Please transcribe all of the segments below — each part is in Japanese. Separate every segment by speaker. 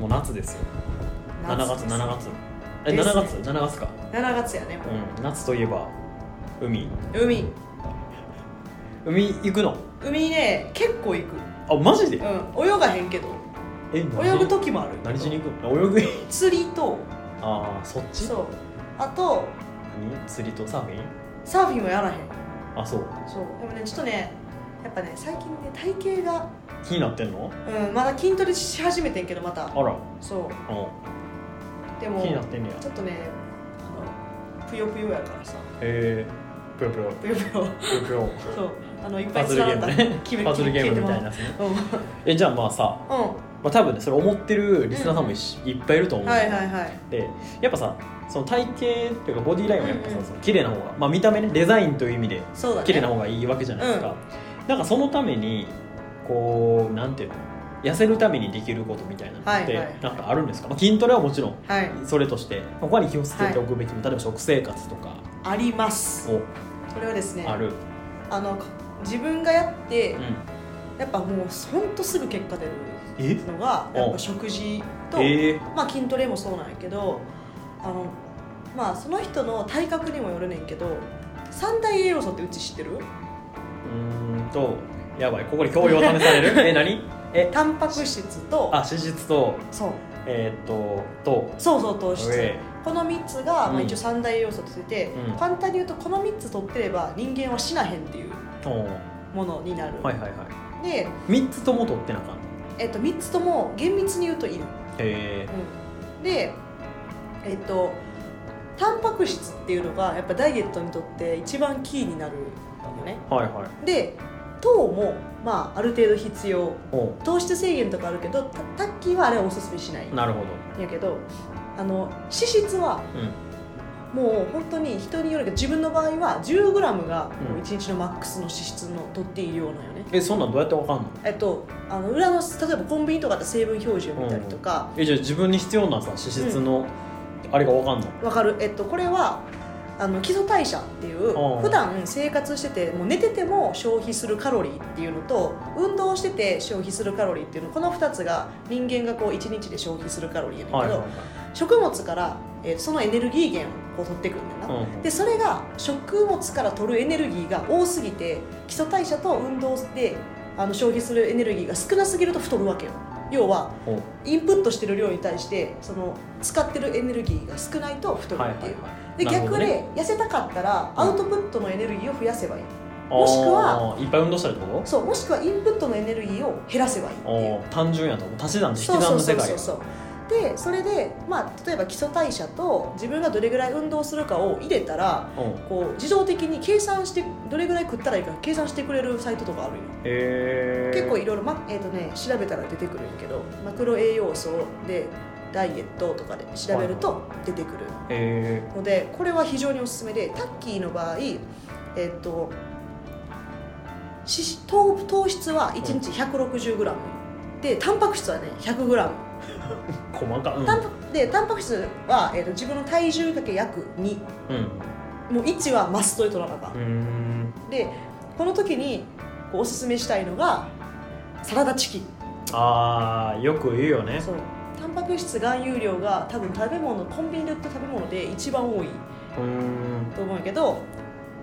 Speaker 1: もう夏ですよ7
Speaker 2: 夏
Speaker 1: 月
Speaker 2: です
Speaker 1: 7月え
Speaker 2: で
Speaker 1: 7
Speaker 2: す
Speaker 1: 月7月か
Speaker 2: 7月やねも
Speaker 1: うん夏といえば海
Speaker 2: う、海
Speaker 1: 海行くの
Speaker 2: 海ね結構行く、
Speaker 1: あマジで
Speaker 2: うん、泳がへんけど
Speaker 1: え
Speaker 2: 泳ぐ
Speaker 1: と
Speaker 2: 時もある
Speaker 1: 何しに行くの泳ぐ
Speaker 2: 釣りと
Speaker 1: ああそっち
Speaker 2: そうあと
Speaker 1: 何釣りとサーフィン
Speaker 2: サーフィンはやらへん
Speaker 1: あそう
Speaker 2: そうでもねちょっとねやっぱね最近ね体型が
Speaker 1: 気になってんの
Speaker 2: うんまだ筋トレし始めてんけどま
Speaker 1: あ
Speaker 2: た
Speaker 1: ら
Speaker 2: そう
Speaker 1: う
Speaker 2: で
Speaker 1: ん
Speaker 2: も
Speaker 1: 気になってんねや
Speaker 2: ちょっとねあのぷよぷよやからさ
Speaker 1: へえぷよぷよ
Speaker 2: ぷよ ぷよ
Speaker 1: ぷよぷよ
Speaker 2: そうあのいっ
Speaker 1: パ
Speaker 2: ぱい
Speaker 1: ズルゲームね
Speaker 2: 決 め
Speaker 1: パズルゲームみたいなやつね
Speaker 2: うん、うん、
Speaker 1: えじゃあまあさ、
Speaker 2: は
Speaker 1: まあ、多分ねそれ思ってるリスナーさんもい,、いっぱいいると思、
Speaker 2: いうはいはい
Speaker 1: でやっぱさその体型っていうかボディラインはやっぱさ、
Speaker 2: うんうん
Speaker 1: その綺麗な方がまあ見た目ねデザインという意味で
Speaker 2: そうだね
Speaker 1: 綺麗な方がいいわけじゃないですか、なんかそのためにこうなんていうの痩せるためにできることみたいなの
Speaker 2: は
Speaker 1: っ
Speaker 2: いは
Speaker 1: て
Speaker 2: い
Speaker 1: なんかあるんですか、まあ、筋トレはもちろん
Speaker 2: はい
Speaker 1: それとして他に気をつけておくべきも、例えば食生活とか
Speaker 2: あります
Speaker 1: を
Speaker 2: これはですね
Speaker 1: ある、
Speaker 2: あの自分がやって、
Speaker 1: うん、
Speaker 2: やっぱもうほんとすぐ結果出る
Speaker 1: え
Speaker 2: のが
Speaker 1: お
Speaker 2: やっぱ食事と、
Speaker 1: え
Speaker 2: まあ、筋トレもそうなんやけどあのまあその人の体格にもよるねんけど三大栄養素ってうち知ってる
Speaker 1: うーんとやばいここに教養試され るえ何え
Speaker 2: タンパク質と
Speaker 1: あ脂質と
Speaker 2: そう
Speaker 1: えーっとと
Speaker 2: そうそう糖質
Speaker 1: え
Speaker 2: この3つが、
Speaker 1: うん
Speaker 2: まあ、一応三大栄養素としてて、
Speaker 1: うん
Speaker 2: 簡単に言うとこの3つ取ってれば人間は死なへんっていう
Speaker 1: ーおー
Speaker 2: ものになる、
Speaker 1: はいはいは
Speaker 2: で、
Speaker 1: い3つとも取ってなあかん
Speaker 2: えっと3つとも厳密に言うといる、
Speaker 1: え
Speaker 2: うん、でえっとタンパク質っていうのがやっぱダイエットにとって一番キーになるのね
Speaker 1: ー、はいはい
Speaker 2: で糖も、まあ、ある程度必要
Speaker 1: お
Speaker 2: 糖質制限とかあるけどタタッキーはあれはおすすめしない
Speaker 1: ーなるほど
Speaker 2: やけどあの脂質は
Speaker 1: うん
Speaker 2: もう本当に人によるけど自分の場合は 10g が
Speaker 1: うん
Speaker 2: もう1日のマックスの脂質の取っているようなんよね、
Speaker 1: えそんなんどうやってわかんの
Speaker 2: えっとあの裏の例えばコンビニとかで成分表示を見たりとか、
Speaker 1: えじゃあ自分に必要なさ脂質のあれがわかんの
Speaker 2: わかる、えっと、これはあの基礎代謝っていう
Speaker 1: うん
Speaker 2: 普段生活しててもう寝てても消費するカロリーっていうのと運動してて消費するカロリーっていうのこの2つが人間がこう1日で消費するカロリーやねんけど、
Speaker 1: はいはいはい
Speaker 2: 食物から、えーそのエネルギー源をこう取ってくんだよ
Speaker 1: う
Speaker 2: な、
Speaker 1: ん
Speaker 2: でそれが食物から取るエネルギーが多すぎて基礎代謝と運動であの消費するエネルギーが少なすぎると太るわけよ要は
Speaker 1: おー
Speaker 2: インプットしてる量に対してその使ってるエネルギーが少ないと太る
Speaker 1: はい
Speaker 2: っ
Speaker 1: は
Speaker 2: ていう、
Speaker 1: いはい
Speaker 2: で
Speaker 1: なるほ
Speaker 2: 逆
Speaker 1: ど
Speaker 2: で、
Speaker 1: ね
Speaker 2: 痩せたかったら
Speaker 1: うん
Speaker 2: アウトプットのエネルギーを増やせばいい、
Speaker 1: も
Speaker 2: もしくはい
Speaker 1: っぱい運動したりってこと
Speaker 2: そうもしくはインプットのエネルギーを減らせばいいっていう
Speaker 1: おー単純やと思う足し算と引き
Speaker 2: そう
Speaker 1: 算
Speaker 2: そ
Speaker 1: の
Speaker 2: うそ
Speaker 1: 世
Speaker 2: う
Speaker 1: 界
Speaker 2: そうそうでそれで、まあ、例えば基礎代謝と自分がどれぐらい運動するかを入れたら
Speaker 1: うん
Speaker 2: こう自動的に計算してどれぐらい食ったらいいか計算してくれるサイトとかあるよ
Speaker 1: えー、
Speaker 2: 結構いろいろ、まえーとね、調べたら出てくるんやけどマクロ栄養素でダイエットとかで調べると出てくる
Speaker 1: え
Speaker 2: のでこれは非常におすすめでタッキーの場合、えー、と脂糖糖質は1日 160g、でタンパク質はね 100g
Speaker 1: ー、細か
Speaker 2: タンパでタンパク質は、えー、と自分の体重かけ約2
Speaker 1: うんうん
Speaker 2: もう1はマストで取らなあかん
Speaker 1: うーん
Speaker 2: でこの時にこうおすすめしたいのがサラダチキン
Speaker 1: ああよく言うよね
Speaker 2: そうタンパク質含有量が多分食べ物コンビニで売った食べ物で一番多いう
Speaker 1: ーん
Speaker 2: と思うんやけど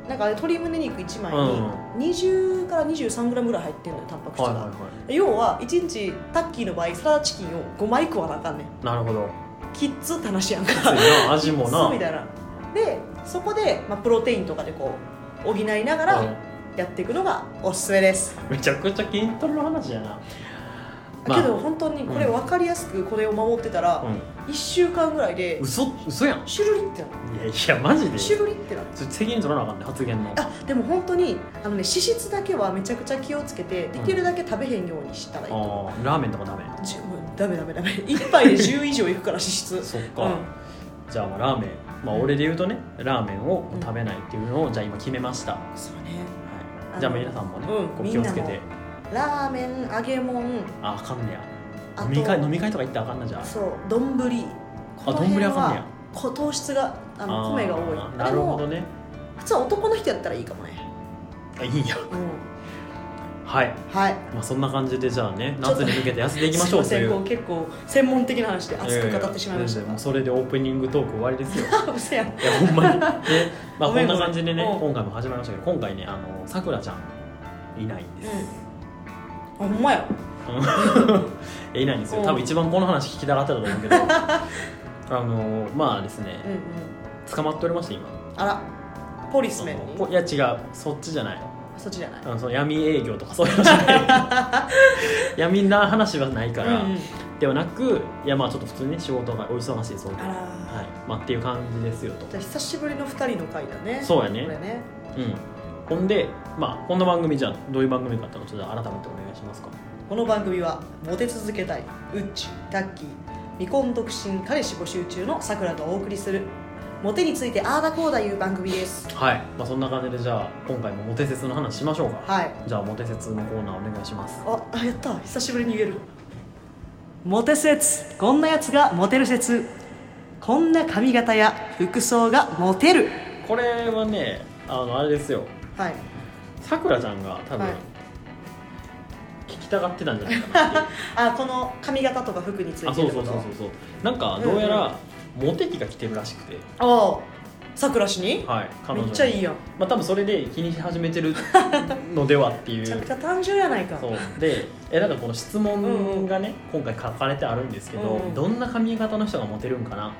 Speaker 2: なんかあれ鶏胸肉1
Speaker 1: うん
Speaker 2: 枚に20から 23g ぐらい入ってんのよタンパク質
Speaker 1: はい
Speaker 2: が、
Speaker 1: はいは
Speaker 2: 要は1日タッキーの場合サラダチキンを5枚食わなあかんねん
Speaker 1: いなるほど
Speaker 2: キッズって話やんか
Speaker 1: きついな味もな
Speaker 2: そうみたいなでそこで、まあ、プロテインとかでこう補いなが
Speaker 1: う
Speaker 2: ら
Speaker 1: ん
Speaker 2: やっていくのがおすすめです、
Speaker 1: めちゃくちゃ筋トレの話やなまあ
Speaker 2: けど本当にこれ
Speaker 1: うん
Speaker 2: 分かりやすくこれを守ってたら、
Speaker 1: うん
Speaker 2: 1週間ぐらいで
Speaker 1: 嘘嘘やんい
Speaker 2: シュルリってなる
Speaker 1: やいやマジでち
Speaker 2: シ
Speaker 1: ょ
Speaker 2: ュルリってなる
Speaker 1: 責任取らなあかんね発言の
Speaker 2: あでも本当にあのね脂質だけはめちゃくちゃ気をつけてできるだけ食べへんようにしたらいいと思
Speaker 1: あーラーメンとかダメ
Speaker 2: う、じゅもうダメダメダメ1 杯で10以上いくから脂質
Speaker 1: そっ
Speaker 2: うん
Speaker 1: か、じゃあまあラーメンまあ俺で言うとねラーメンを食べないっていうのをじゃあ今決めました、は
Speaker 2: そうね
Speaker 1: い、じゃあ皆さんもね、
Speaker 2: うん
Speaker 1: こう気をつけ
Speaker 2: みん
Speaker 1: て
Speaker 2: ラーメン揚げ物
Speaker 1: ああかんねや
Speaker 2: あ
Speaker 1: 飲
Speaker 2: と
Speaker 1: み会飲み会とか行ったらあかんなじゃあ
Speaker 2: そう丼ぶりこの辺
Speaker 1: 丼あかんね
Speaker 2: は
Speaker 1: や
Speaker 2: こ糖質があの
Speaker 1: あー
Speaker 2: 米が多い
Speaker 1: なるほど
Speaker 2: でも
Speaker 1: ね
Speaker 2: 普通は男の人やったらいいかもね
Speaker 1: あいいや
Speaker 2: うん
Speaker 1: はい、
Speaker 2: はい
Speaker 1: まあ、そんな感じでじゃあね夏に向けて痩せていきましょう
Speaker 2: す
Speaker 1: と
Speaker 2: い
Speaker 1: い
Speaker 2: ませんこ
Speaker 1: う
Speaker 2: う結構専門的な話で熱く語ってしまいました
Speaker 1: ややや全然
Speaker 2: が
Speaker 1: もうそれでオープニングトーク終わりですよ
Speaker 2: あ嘘やん
Speaker 1: いやほんまにで、まあ、
Speaker 2: ご
Speaker 1: こ
Speaker 2: め
Speaker 1: ん
Speaker 2: ん
Speaker 1: な感じでね
Speaker 2: ごめん
Speaker 1: 今回も始まりましたけど今回ねあのさくらちゃんい ないんです、
Speaker 2: うんあほんまや
Speaker 1: うんいないんですよ
Speaker 2: うん
Speaker 1: 多分一番この話聞きたかったと思うけどあの まあです
Speaker 2: うん
Speaker 1: ね
Speaker 2: うん
Speaker 1: 捕まっておりまして今
Speaker 2: あらポリス
Speaker 1: そ
Speaker 2: メン
Speaker 1: の
Speaker 2: に
Speaker 1: こいや違うそっちじゃない
Speaker 2: そっちじゃない
Speaker 1: あのその闇営業とかそういうのじゃない 闇な話はないから、
Speaker 2: うんうん
Speaker 1: ではなくいやまあちょっと普通にね仕事がお忙しいそうで
Speaker 2: あ
Speaker 1: はい
Speaker 2: ら
Speaker 1: まあ、っていう感じですよと
Speaker 2: じゃあ久しぶりの二人の回だね
Speaker 1: そうや
Speaker 2: これ
Speaker 1: ね
Speaker 2: ね
Speaker 1: うんほんでまあこんな番組じゃあどういう番組かってのをちょっと改めてお願いしますか
Speaker 2: この番組はモテ続けたいウッチタッキー未婚独身彼氏募集中のさくらがお送りするモテについてああだこうだいう番組です
Speaker 1: はい、まあ、そんな感じでじゃあ今回もモテ説の話しましょうか、
Speaker 2: はい
Speaker 1: じゃあモテ説のコーナーお願いします
Speaker 2: ああやった久しぶりに言えるモテ説こんなやつがモテる説こんな髪型や服装がモテる
Speaker 1: これはねあのあれですよ
Speaker 2: はい
Speaker 1: さくらちゃんが多分、
Speaker 2: はい
Speaker 1: 聞きたがってたんじゃないかなっていう
Speaker 2: あこの髪型とか服について
Speaker 1: あそうそうそうそうそうなんかどうやら、モテ期が来てるらしくて
Speaker 2: ああさくら氏に
Speaker 1: はい彼
Speaker 2: め
Speaker 1: 女
Speaker 2: っちゃい
Speaker 1: い、
Speaker 2: いやん
Speaker 1: まあ、多分それで気にし始めてるのではってい
Speaker 2: めちゃく
Speaker 1: う
Speaker 2: ちゃ単純やないか
Speaker 1: そうでえなんかこの質問がね、今回書かれてあるんですけど、
Speaker 2: うんうん
Speaker 1: どんな髪型の人がモテるんかな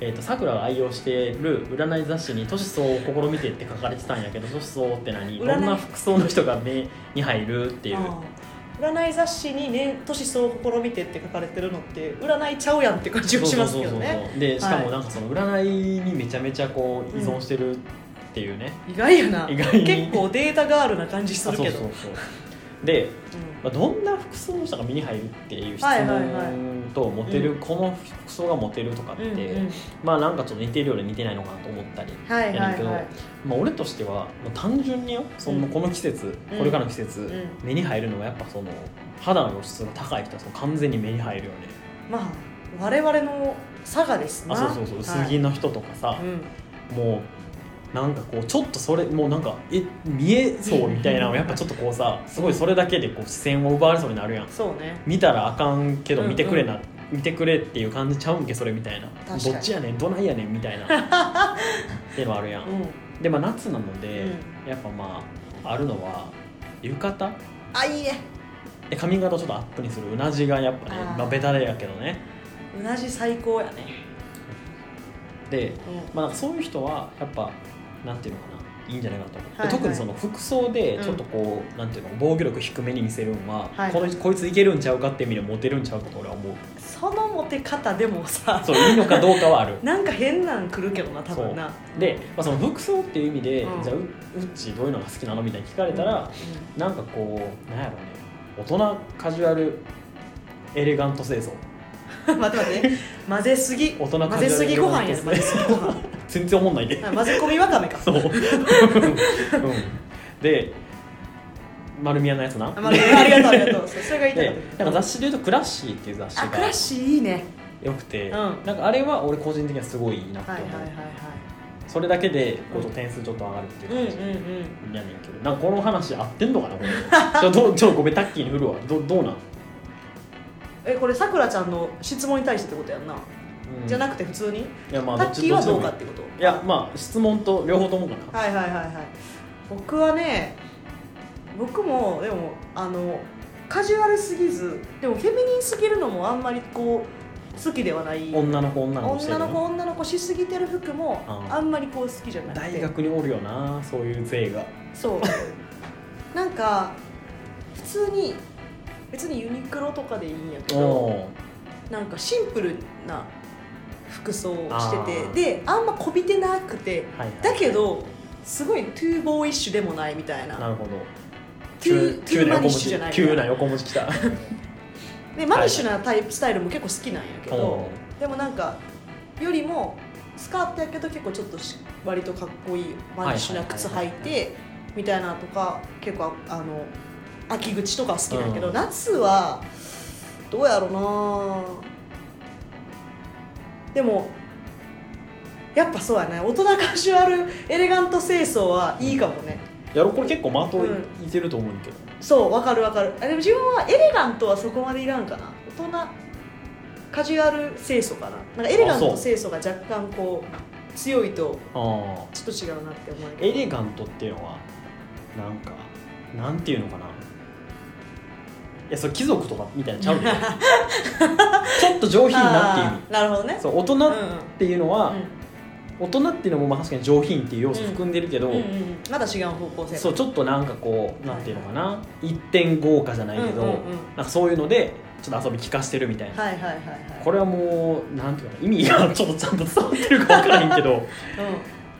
Speaker 1: えー、とさくらが愛用している占い雑誌に「年相を試みて」って書かれてたんやけど年相って何
Speaker 2: 占
Speaker 1: ど
Speaker 2: い
Speaker 1: んな服装の人が目に入るっていう
Speaker 2: ああ占い雑誌にね「年相を試みて」って書かれてるのって占いちゃうやんって感じもしますけど
Speaker 1: そうそう
Speaker 2: ね
Speaker 1: そうそうでしか
Speaker 2: は
Speaker 1: も
Speaker 2: い
Speaker 1: なんかその占いにめちゃめちゃこう依存してるっていうね、
Speaker 2: 意外やな
Speaker 1: 意外に
Speaker 2: 結構データガールな感じす
Speaker 1: あ
Speaker 2: る
Speaker 1: そう
Speaker 2: け
Speaker 1: そう
Speaker 2: ど
Speaker 1: そうで、
Speaker 2: うん
Speaker 1: まあ、どんな服装の人が身に入るっていう質
Speaker 2: はいはいはい
Speaker 1: 問とモテる、
Speaker 2: う
Speaker 1: この服装がモテるとかって、
Speaker 2: うんうん
Speaker 1: まあなんかちょっと似てるようで似てないのかなと思ったり、
Speaker 2: はいはい
Speaker 1: やねんけど
Speaker 2: はい
Speaker 1: まあ、俺としてはもう単純によその
Speaker 2: うん
Speaker 1: この季節、
Speaker 2: うん
Speaker 1: これからの季節、
Speaker 2: ん
Speaker 1: 目に入るのはやっぱその肌の露出が高い人はその完全に目に入るよね
Speaker 2: まあ我々の差がですな
Speaker 1: あそうそうそう
Speaker 2: は
Speaker 1: 薄
Speaker 2: い
Speaker 1: 着の人とかさ、
Speaker 2: うん
Speaker 1: もうなんかこうちょっとそれもうなんかえ見えそうみたいなのをやっぱちょっとこうさすごいそれだけでこう視線を奪われそうになるやん
Speaker 2: そうね
Speaker 1: 見たらあかんけど
Speaker 2: うんうん
Speaker 1: 見てくれな、見てくれっていう感じちゃうんけそれみたいな
Speaker 2: 確か
Speaker 1: ど
Speaker 2: に
Speaker 1: っちやねんどないやねんみたいな っていうのあるや
Speaker 2: うんん
Speaker 1: でまあ夏なので、
Speaker 2: う
Speaker 1: やっぱまああるのは浴衣
Speaker 2: あいいね
Speaker 1: で髪型をちょっとアップにするうなじがやっぱね
Speaker 2: あー
Speaker 1: まあベタでやけどね
Speaker 2: うなじ最高やね
Speaker 1: で
Speaker 2: う
Speaker 1: まあ、なんかそういう人はやっぱなんていうのかないいんじゃないかなと思う、で
Speaker 2: はいはい
Speaker 1: 特にその服装で
Speaker 2: うん
Speaker 1: ちょっとこう、なんていうの防御力低めに見せるんは、
Speaker 2: はい
Speaker 1: このこいついけるんちゃうかって意味でモテるんちゃうかと俺は思うん
Speaker 2: そのモテ方でもさ
Speaker 1: そういいのかどうかはある
Speaker 2: なんか変なん来るけどな多分な
Speaker 1: で、まあ、その服装っていう意味で、
Speaker 2: うん
Speaker 1: じゃあううっちどういうのが好きなのみたいに聞かれたら、なんかこうなんやろうね大人カジュアルエレガント清掃
Speaker 2: うん 待って待って混ぜすぎ
Speaker 1: 大人カジュアル
Speaker 2: 混ぜすぎご飯やね
Speaker 1: そう
Speaker 2: 混
Speaker 1: で
Speaker 2: ぜ
Speaker 1: す
Speaker 2: すぎご飯
Speaker 1: 全然思んないで
Speaker 2: あ混ぜ込みわかめか
Speaker 1: そう うんで丸見えのやつな
Speaker 2: あまあありがとうありがとうそうそれが言い
Speaker 1: で
Speaker 2: た
Speaker 1: なんか
Speaker 2: かった
Speaker 1: 雑誌でいうと「クラッシー」っていう雑誌
Speaker 2: あクラッ
Speaker 1: が
Speaker 2: シーいいね
Speaker 1: よくて、
Speaker 2: うん
Speaker 1: なんかあれは俺個人的にはすごいいいなって
Speaker 2: はい
Speaker 1: 思
Speaker 2: は
Speaker 1: う、
Speaker 2: いはいは
Speaker 1: それだけでこう点数ちょっと上がるっていう
Speaker 2: いうん
Speaker 1: 感じ、
Speaker 2: うんうん
Speaker 1: やねんけどなんかこの話合ってんのかなこれ ちょどうちょごめんタッキーに振るわどどうなん、
Speaker 2: えこれさくらちゃんの質問に対してってことやんな
Speaker 1: うん
Speaker 2: じゃなくて普通に
Speaker 1: いやまあ
Speaker 2: タ
Speaker 1: どっ
Speaker 2: ッ
Speaker 1: ち
Speaker 2: キーは
Speaker 1: ど
Speaker 2: ど
Speaker 1: っ
Speaker 2: う
Speaker 1: ちでも
Speaker 2: かっ
Speaker 1: い
Speaker 2: てこと
Speaker 1: いいやまあ質問と両方ともかな
Speaker 2: はいはいはいはい僕はね僕もでもあのカジュアルすぎずでもフェミニンすぎるのもあんまりこう好きではない
Speaker 1: 女の子女の子して
Speaker 2: 女
Speaker 1: る
Speaker 2: の子女の子しすぎてる服も
Speaker 1: あ
Speaker 2: あんまりこう好きじゃなくて
Speaker 1: 大学におるよなそういう税が
Speaker 2: そ うなんか普通に別にユニクロとかでいいんやけど
Speaker 1: お
Speaker 2: なんかシンプルな服装をして
Speaker 1: あー
Speaker 2: てであんまこびてなくて
Speaker 1: ーはいはい
Speaker 2: だけどすごいトゥーボーイッシュでもないみたいな
Speaker 1: なるほど
Speaker 2: トゥートゥーマニッシュじゃない
Speaker 1: 急な横文字き た
Speaker 2: でマニッシュなタイプスタイルも結構好きなんやけど
Speaker 1: おー
Speaker 2: でもなんかよりもスカートやけど結構ちょっとし割とかっこいいマニッシュな靴
Speaker 1: はいはいい
Speaker 2: 履
Speaker 1: はい
Speaker 2: てみたいなとか結構ああの秋口とか好きなんやけど、
Speaker 1: うん
Speaker 2: 夏はどうやろなでもやっぱそうやね大人カジュアルエレガント清掃はいいかもね、
Speaker 1: やろこれ結構的いてると思うんだけど、
Speaker 2: そうわかるわかるあでも自分はエレガントはそこまでいらんかな大人カジュアル清楚かななんかエレガントと
Speaker 1: あそう
Speaker 2: 清楚が若干こう強いと
Speaker 1: ああ
Speaker 2: ちょっと違うなって思うけ
Speaker 1: エ
Speaker 2: ど
Speaker 1: レガントっていうのはなんかなんていうのかないやそれ貴族とかみたいな ちゃうでちょっと上品なっていう
Speaker 2: あーなるほどね
Speaker 1: 意味そう大人
Speaker 2: うん
Speaker 1: っていうのは、大人っていうのもまあ確かに上品っていう要素含んでるけど、
Speaker 2: うんうんうんうんまだ違う方向性
Speaker 1: そうちょっとなんかこうなんていうのかな一点豪華じゃないけど、
Speaker 2: うんうんうん
Speaker 1: なんかそういうのでちょっと遊び聞かしてるみたいな、
Speaker 2: はいはいはいはい
Speaker 1: これはもうなんていうかな意味がちょっとちゃんと伝わってるか分からへんけ どっ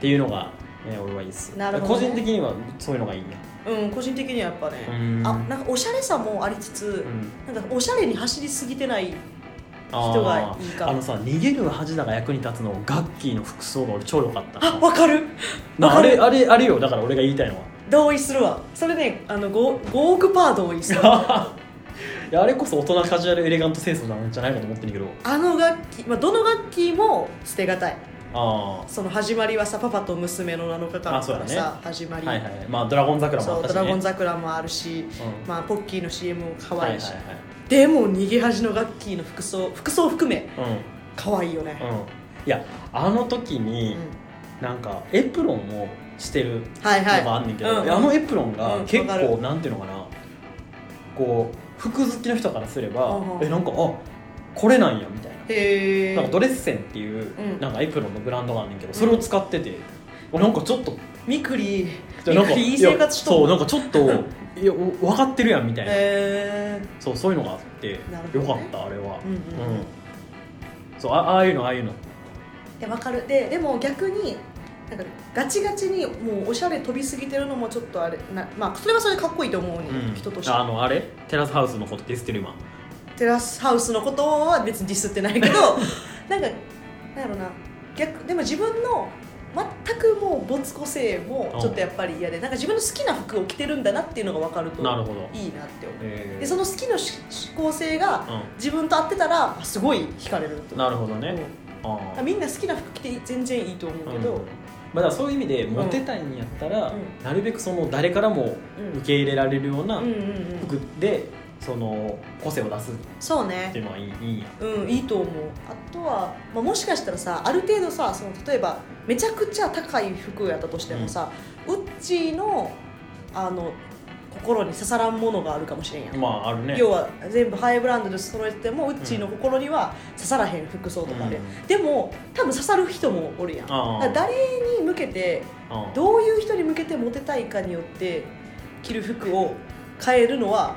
Speaker 1: ていうのが、ね、俺はいいっす
Speaker 2: なるほどね
Speaker 1: 個人的にはそういうのがいいね
Speaker 2: うん、うん、個人的にはやっぱね
Speaker 1: うん
Speaker 2: あなんかおしゃれさもありつつ
Speaker 1: う、ん
Speaker 2: なんかおしゃれに走りすぎてない
Speaker 1: あー
Speaker 2: 人がいいかも
Speaker 1: あのさ逃げる恥だが役に立つのガッキーの服装が俺超良かった
Speaker 2: あわかる
Speaker 1: な
Speaker 2: わか
Speaker 1: あ
Speaker 2: る
Speaker 1: れあれあれよだから俺が言いたいのは
Speaker 2: 同意するわそれねあの 5, 5億パー同意 する
Speaker 1: いやあれこそ大人カジュアルエレガント清楚なんじゃないかと思ってるけど
Speaker 2: あの楽器、まあ、どの楽器も捨てがたい
Speaker 1: あ
Speaker 2: その始まりはさパパと娘の7日間か
Speaker 1: あ
Speaker 2: ら
Speaker 1: そう
Speaker 2: さ、
Speaker 1: だね
Speaker 2: 始ま
Speaker 1: あ
Speaker 2: り、
Speaker 1: はいはいまあドラゴン桜もあっ
Speaker 2: そう
Speaker 1: た
Speaker 2: ド
Speaker 1: し、ね、
Speaker 2: ラゴン桜もあるし、
Speaker 1: うん
Speaker 2: まあ、ポッキーの CM も可愛い
Speaker 1: は
Speaker 2: し、
Speaker 1: いはい
Speaker 2: でも逃げ恥の楽器の服装服装含め
Speaker 1: はい
Speaker 2: 可愛いよね、
Speaker 1: うんうんいやあの時に
Speaker 2: うん
Speaker 1: なんかエプロンをしてるの
Speaker 2: はいはい
Speaker 1: があんねんけど、
Speaker 2: うんうん
Speaker 1: あのエプロン
Speaker 2: う
Speaker 1: が
Speaker 2: ん
Speaker 1: 結
Speaker 2: わか
Speaker 1: 構
Speaker 2: る
Speaker 1: なんていうのかなこう服好きの人からすれば、
Speaker 2: うんうん
Speaker 1: えなんかあこれなんやみたいな
Speaker 2: へえ
Speaker 1: なんかドレッセンっていう、
Speaker 2: うん
Speaker 1: なんかエプロンのブランドがあんねんけどそれを使ってて、おなんかちょっと
Speaker 2: ミクリ
Speaker 1: な
Speaker 2: ミ
Speaker 1: ん
Speaker 2: ク
Speaker 1: か
Speaker 2: リいい生活し
Speaker 1: いやそう
Speaker 2: と
Speaker 1: な
Speaker 2: る
Speaker 1: んかちょっと いやお分かってるやんみたいな、
Speaker 2: へえ
Speaker 1: そうそういうのがあって、
Speaker 2: なるほど
Speaker 1: よ
Speaker 2: ね
Speaker 1: かったあれは、
Speaker 2: うんうんうん
Speaker 1: そうあああいうのああいうの
Speaker 2: でわかるででも逆になんかガチガチにもうおしゃれ飛びすぎてるのもちょっとあれなまあそれはそれでかっこいいと思うね、
Speaker 1: うん
Speaker 2: 人として
Speaker 1: あのあれテラスハウスのことディスってる今
Speaker 2: テラスハウスのことは別にディスってないけど なんかなんやろな逆でも自分の全くもう没個性もちょっとやっぱり嫌でなんか自分の好きな服を着てるんだなっていうのが分かると
Speaker 1: なるほど
Speaker 2: いいなって思う
Speaker 1: えー
Speaker 2: でその好きのし指向性が
Speaker 1: う
Speaker 2: 自分と合ってたらすごい惹かれると
Speaker 1: んなるほどね、
Speaker 2: うん
Speaker 1: ああ
Speaker 2: みんな好きな服着て全然いいと思うけど、
Speaker 1: うんまあ、だからそういう意味でモテたいんやったら、
Speaker 2: うん
Speaker 1: なるべくその誰からも
Speaker 2: うん
Speaker 1: 受け入れられるような
Speaker 2: うんうんうん
Speaker 1: 服でその個性を出すっ
Speaker 2: そう
Speaker 1: て
Speaker 2: ね
Speaker 1: いうのはいいいいんや
Speaker 2: うんいいと思うあとは、まあ、もしかしたらさある程度さその例えばめちゃくちゃ高い服やったとしてもさ、うっちーのあの心に刺さらんものがあるかもしれんやん、
Speaker 1: まああるね
Speaker 2: 要は全部ハイブランドで揃えてもうっちーの心には刺さらへん服装とかで、
Speaker 1: うん
Speaker 2: でも多分刺さる人もおるやんだ
Speaker 1: ああ
Speaker 2: から誰に向けて
Speaker 1: うん
Speaker 2: どういう人に向けてモテたいかによって着る服を変えるのは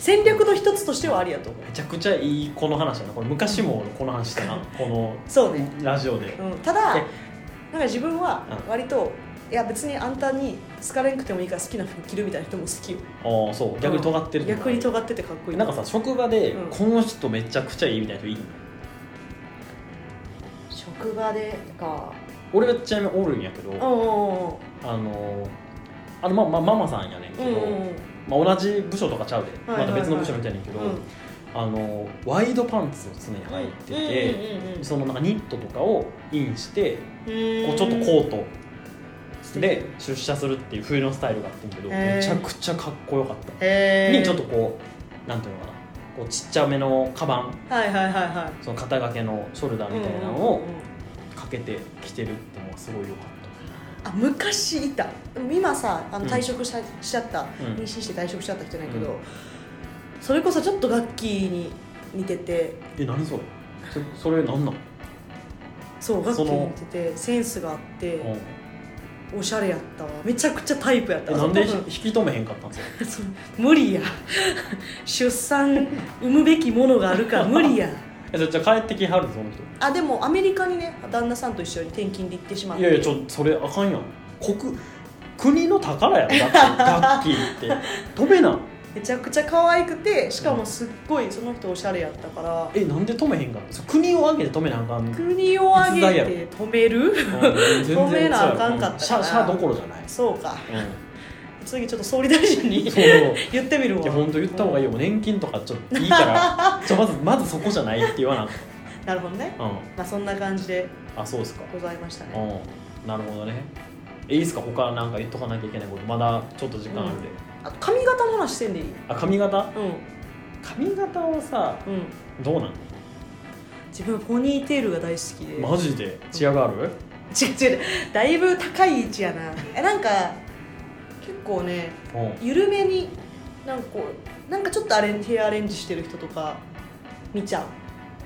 Speaker 2: 戦略の一つとしてはありやと思う
Speaker 1: めちゃくちゃいいこの話だなこれ昔もこの話したなこの
Speaker 2: そうね
Speaker 1: ラジオで
Speaker 2: うん、ただ
Speaker 1: え
Speaker 2: なんか自分は
Speaker 1: うん
Speaker 2: 割と、いや別にあんたに好かれんくてもいいから好きな服着るみたいな人も好きよ
Speaker 1: ああそう逆に尖ってるとか
Speaker 2: 逆に尖っててかっこいい
Speaker 1: なんかさ職場で、
Speaker 2: うん
Speaker 1: この人めちゃくちゃいいみたいな人いいの
Speaker 2: 職場でか
Speaker 1: 俺はちなみにおるんやけど、
Speaker 2: うん
Speaker 1: あのーあのままママさんやねんけ
Speaker 2: う
Speaker 1: ど、
Speaker 2: んうん
Speaker 1: まあ、同じ部署とかちゃうで、
Speaker 2: はいはいはい
Speaker 1: また別の部署みたいねんけど、
Speaker 2: うん
Speaker 1: あのワイドパンツを常に履いてて、そのなんかニットとかをインしてこうちょっとコートで出社するっていう冬のスタイルがあってんけど
Speaker 2: へー
Speaker 1: めちゃくちゃかっこよかった、
Speaker 2: へー
Speaker 1: にちょっとこうなんていうのかなこうちっちゃめのカバン
Speaker 2: はいはいはいは
Speaker 1: その肩掛けのショルダ
Speaker 2: い
Speaker 1: ーみたいなの
Speaker 2: うん
Speaker 1: を
Speaker 2: うんうん
Speaker 1: かけてきてるってのがすごいよかっ
Speaker 2: あ昔いたでも今さあの
Speaker 1: うん
Speaker 2: 退職しちゃ,、しちゃった
Speaker 1: うん
Speaker 2: 妊娠して退職しちゃった人なんやけど、
Speaker 1: うん
Speaker 2: それこそちょっと楽器に似てて
Speaker 1: たえ何それそそれ何なん、
Speaker 2: そう楽器
Speaker 1: その
Speaker 2: に似ててセンスがあって、
Speaker 1: うん
Speaker 2: おしゃれやったわめちゃくちゃタイプやった
Speaker 1: え
Speaker 2: わ
Speaker 1: なんで
Speaker 2: 多
Speaker 1: ひ引
Speaker 2: 分
Speaker 1: き止めへんかったんですか
Speaker 2: そう無理や 出産産むべきものがある から無理や
Speaker 1: えじゃあ帰ってきはるその人
Speaker 2: あでもアメリカにね旦那さんと一緒に転勤で行ってしまって
Speaker 1: いやいやちょそれあかんやん国国の宝やろだって 楽器って飛べな
Speaker 2: めちゃくちゃ可愛くてしかもすっごいその人おしゃれやったから
Speaker 1: えなんで止めへんかったそれ国を挙げて止めなあかん、うん、
Speaker 2: 国を挙げて止める
Speaker 1: 止
Speaker 2: 止めなあかんかったかな
Speaker 1: シャシャどころじゃない、
Speaker 2: そうか
Speaker 1: う
Speaker 2: 次ちょっと総理大 臣に
Speaker 1: ん、そうい
Speaker 2: 言ってみるわ
Speaker 1: や本当言った方がいいよ、年金とかちょっといいから ちょまずまずそこじゃないって言わなあ
Speaker 2: なるほどね
Speaker 1: かん、うん、
Speaker 2: まあそんな感じで
Speaker 1: あそうですか
Speaker 2: ございましたね
Speaker 1: うんなるほどねえいいっすか他なんか言っとかなきゃいけないことまだちょっと時間あるんで、
Speaker 2: あと髪型の話してんでいい
Speaker 1: あ髪型
Speaker 2: うん
Speaker 1: 髪型はさ
Speaker 2: うん
Speaker 1: どうなの
Speaker 2: 自分ポニーテールが大好きで
Speaker 1: マジでチアガール
Speaker 2: 違う違うだいぶ高い位置やなえなんか結構ね
Speaker 1: うん
Speaker 2: 緩めになんかこうなんかちょっとアレンヘアアレンジしてる人とか見ちゃう、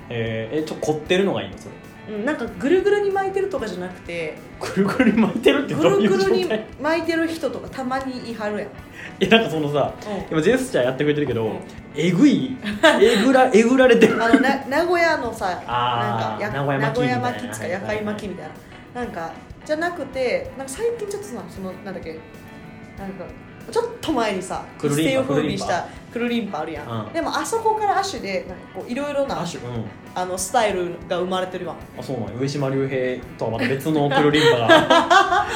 Speaker 1: えー、えちょ凝ってるのがいいのそれ
Speaker 2: うん、なんかぐるぐるに巻いてるとかじゃなくて
Speaker 1: くるくるに巻いてるって
Speaker 2: ぐ
Speaker 1: どうい
Speaker 2: る
Speaker 1: う
Speaker 2: ぐ
Speaker 1: 状
Speaker 2: るに
Speaker 1: 態
Speaker 2: 巻いてる人とかたまに言いはるやん、
Speaker 1: えなんかそのさ
Speaker 2: う
Speaker 1: 今ジェスチャーやってくれてるけど、
Speaker 2: うん
Speaker 1: えぐいえぐらえぐられてる
Speaker 2: ん、あのな名古屋のさ
Speaker 1: あー
Speaker 2: なんか
Speaker 1: 名古屋巻きみたいな
Speaker 2: 名古屋巻きっつうか
Speaker 1: はい
Speaker 2: や
Speaker 1: はいはい
Speaker 2: かい巻きみたいななんかじゃなくてなんか最近ちょっとさそのなんだっけなんかちょっと前にさ
Speaker 1: くるりんぱ
Speaker 2: 一世を風靡したくるりんぱあるやん、
Speaker 1: うん
Speaker 2: でもあそこから足でなんかこういろいろな
Speaker 1: あしうん
Speaker 2: あのスタイルが生まれてるわ
Speaker 1: あそうなの上島竜兵とはまた別のくるりんぱ が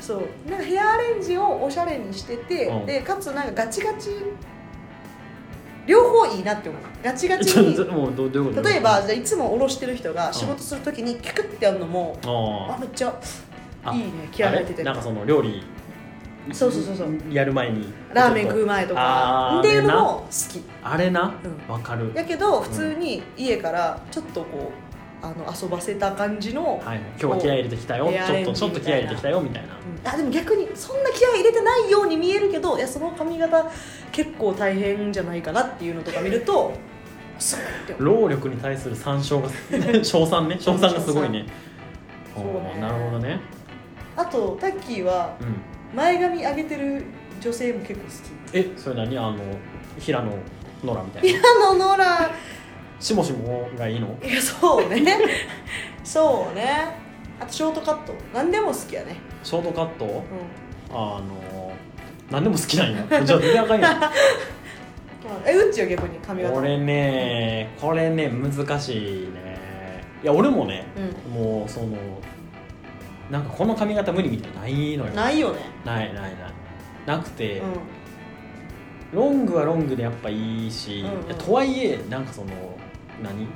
Speaker 2: そうなんかヘアアレンジをおしゃれにしてて、
Speaker 1: うん
Speaker 2: でかつなんかガチガチ両方いいなって思うガチガチ
Speaker 1: ちょ
Speaker 2: に
Speaker 1: ちょもうどどういうこと
Speaker 2: 例えば
Speaker 1: あ
Speaker 2: じゃあいつも下ろしてる人が仕事するときにキュクってやるのも、あ
Speaker 1: ー
Speaker 2: めっちゃ
Speaker 1: あ
Speaker 2: いいね気合入ってて
Speaker 1: あれなんかその料理
Speaker 2: そうそうそうそう
Speaker 1: やる前に
Speaker 2: ラーメン食う
Speaker 1: う
Speaker 2: 前と
Speaker 1: あ
Speaker 2: か
Speaker 1: ー
Speaker 2: っていうのも好き
Speaker 1: あれな
Speaker 2: うん
Speaker 1: わかる、
Speaker 2: やけど普通に家からちょっとこうあの遊ばせた感じの、
Speaker 1: はい、今日は気合い入れてきたよ
Speaker 2: エア
Speaker 1: ちょっ
Speaker 2: レンジ
Speaker 1: とちょっと気合い入れてきたよみたいな
Speaker 2: うんあでも逆にそんな気合い入れてないように見えるけどいやその髪型結構大変じゃないかなっていうのとか見るとそうって思う
Speaker 1: 労力に対する参照が 賞賛ね賞賛がすごいね
Speaker 2: そうね
Speaker 1: おーなるほどね
Speaker 2: あとタッキーは
Speaker 1: うん
Speaker 2: 前髪上げてる女性も結構好
Speaker 1: えそれ何あの平野ノラみた
Speaker 2: き
Speaker 1: いな
Speaker 2: 平野ノラ
Speaker 1: しもしもがいいの
Speaker 2: いやそうねそうねあとショートカット何でも好きやね、
Speaker 1: ショートカット
Speaker 2: うん
Speaker 1: あの何でも好きなん やじゃあ全然あかんやん
Speaker 2: まあえうっちは逆に髪型
Speaker 1: 俺ねこれね難しいねいや俺もね
Speaker 2: う
Speaker 1: もうそのなんかこの髪型無理みたいなのないのよ
Speaker 2: んないよね
Speaker 1: ないないないなく
Speaker 2: う
Speaker 1: て、
Speaker 2: ん
Speaker 1: ロングはロングでやっぱいいし、
Speaker 2: うんうん
Speaker 1: いやとはいえなんかその何